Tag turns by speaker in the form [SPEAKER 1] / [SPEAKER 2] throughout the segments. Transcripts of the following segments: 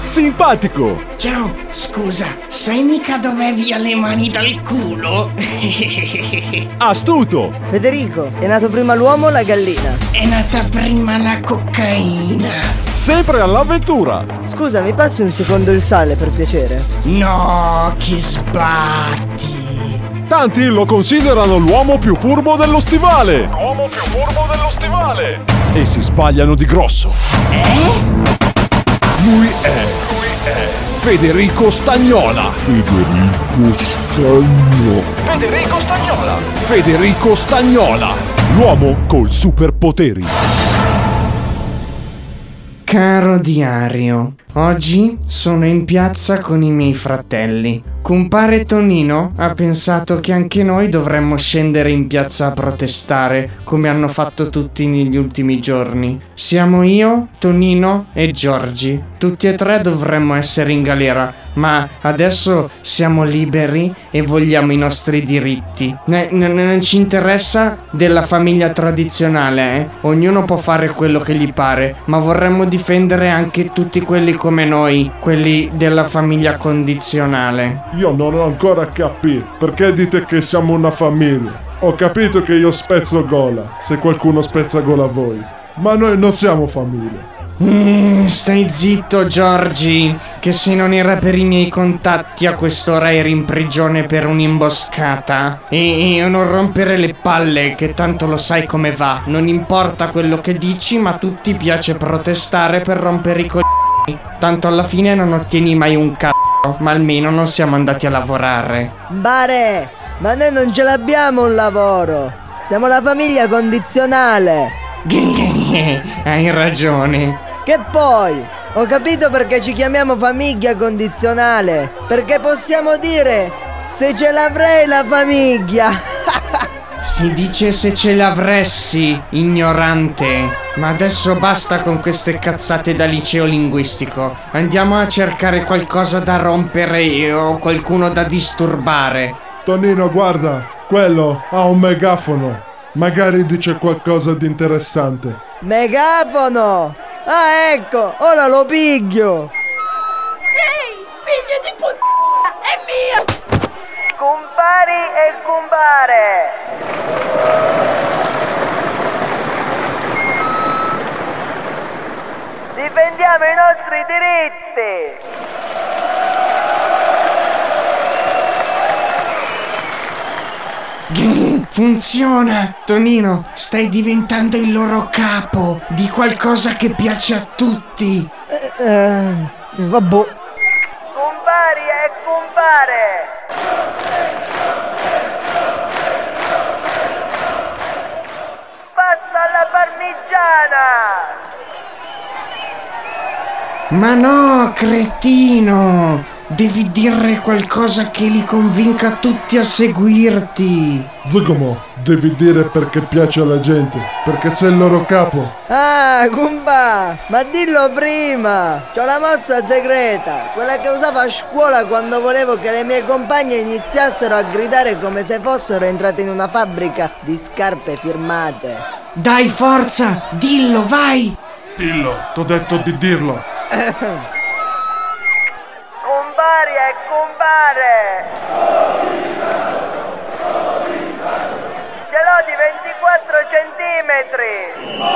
[SPEAKER 1] Simpatico!
[SPEAKER 2] Ciao, scusa, sai mica dov'è via le mani dal culo? È
[SPEAKER 1] Astuto!
[SPEAKER 3] Federico, è nato prima l'uomo o la gallina?
[SPEAKER 2] nata prima la cocaina.
[SPEAKER 1] Sempre all'avventura!
[SPEAKER 3] Scusa, mi passi un secondo il sale per piacere?
[SPEAKER 2] No, che sbatti.
[SPEAKER 1] Tanti lo considerano l'uomo più furbo dello stivale! L'uomo più furbo dello stivale! E si sbagliano di grosso! Eh? Lui è... Federico Stagnola! Federico Stagnola! Federico Stagnola! Federico Stagnola! L'uomo col superpoteri!
[SPEAKER 4] Caro diario, oggi sono in piazza con i miei fratelli. Compare Tonino ha pensato che anche noi dovremmo scendere in piazza a protestare, come hanno fatto tutti negli ultimi giorni. Siamo io, Tonino e Giorgi. Tutti e tre dovremmo essere in galera, ma adesso siamo liberi e vogliamo i nostri diritti. Ne- ne- ne- non ci interessa della famiglia tradizionale, eh. Ognuno può fare quello che gli pare, ma vorremmo difendere anche tutti quelli come noi, quelli della famiglia condizionale.
[SPEAKER 5] Io non ho ancora capito perché dite che siamo una famiglia. Ho capito che io spezzo gola, se qualcuno spezza gola a voi. Ma noi non siamo famiglia.
[SPEAKER 4] Mm, stai zitto, Giorgi, che se non era per i miei contatti a quest'ora eri in prigione per un'imboscata. E e non rompere le palle, che tanto lo sai come va. Non importa quello che dici, ma a tutti piace protestare per rompere i coglioni. Tanto alla fine non ottieni mai un c***o, ma almeno non siamo andati a lavorare.
[SPEAKER 3] Bare! Ma noi non ce l'abbiamo un lavoro! Siamo la famiglia condizionale!
[SPEAKER 4] Hai ragione.
[SPEAKER 3] Che poi? Ho capito perché ci chiamiamo famiglia condizionale! Perché possiamo dire se ce l'avrei la famiglia!
[SPEAKER 4] Si dice se ce l'avressi, ignorante. Ma adesso basta con queste cazzate da liceo linguistico. Andiamo a cercare qualcosa da rompere eh, o qualcuno da disturbare.
[SPEAKER 5] Tonino, guarda, quello ha un megafono. Magari dice qualcosa di interessante.
[SPEAKER 3] Megafono! Ah ecco, ora lo piglio!
[SPEAKER 6] Ehi, figlio di puttana, è mia!
[SPEAKER 3] Compari e compare! Difendiamo i nostri diritti!
[SPEAKER 4] Funziona! Tonino, stai diventando il loro capo di qualcosa che piace a tutti.
[SPEAKER 3] Eh, vabbò.
[SPEAKER 7] Compari e compare! Pasta alla parmigiana!
[SPEAKER 4] Ma no, cretino! Devi dire qualcosa che li convinca tutti a seguirti.
[SPEAKER 5] Zugomo, devi dire perché piace alla gente, perché sei il loro capo.
[SPEAKER 3] Ah, Gumba! Ma dillo prima! C'ho la mossa segreta, quella che usavo a scuola quando volevo che le mie compagne iniziassero a gridare come se fossero entrate in una fabbrica di scarpe firmate.
[SPEAKER 4] Dai forza, dillo, vai!
[SPEAKER 5] Dillo, t'ho detto di dirlo.
[SPEAKER 7] Compari e compare! Ce l'ho di 24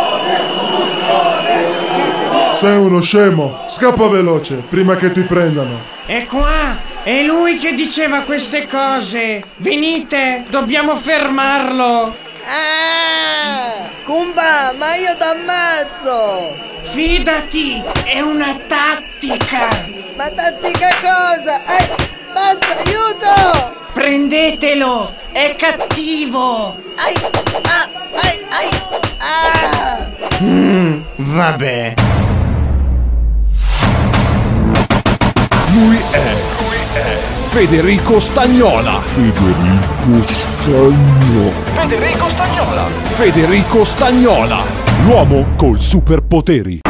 [SPEAKER 7] centimetri!
[SPEAKER 5] Sei uno scemo. Scappa veloce, prima che ti prendano.
[SPEAKER 4] È qua! È lui che diceva queste cose! Venite, dobbiamo fermarlo!
[SPEAKER 3] Ah! Gumba, ma io t'ammazzo!
[SPEAKER 4] Fidati, è una tattica!
[SPEAKER 3] Ma tattica cosa? Eh, basta, aiuto!
[SPEAKER 4] Prendetelo, è cattivo!
[SPEAKER 3] Ai, ah, ai, ai, ah!
[SPEAKER 4] Vabbè.
[SPEAKER 1] Lui è... Federico Stagnola! Federico Stagnola! Federico Stagnola! Federico Stagnola! L'uomo col superpoteri!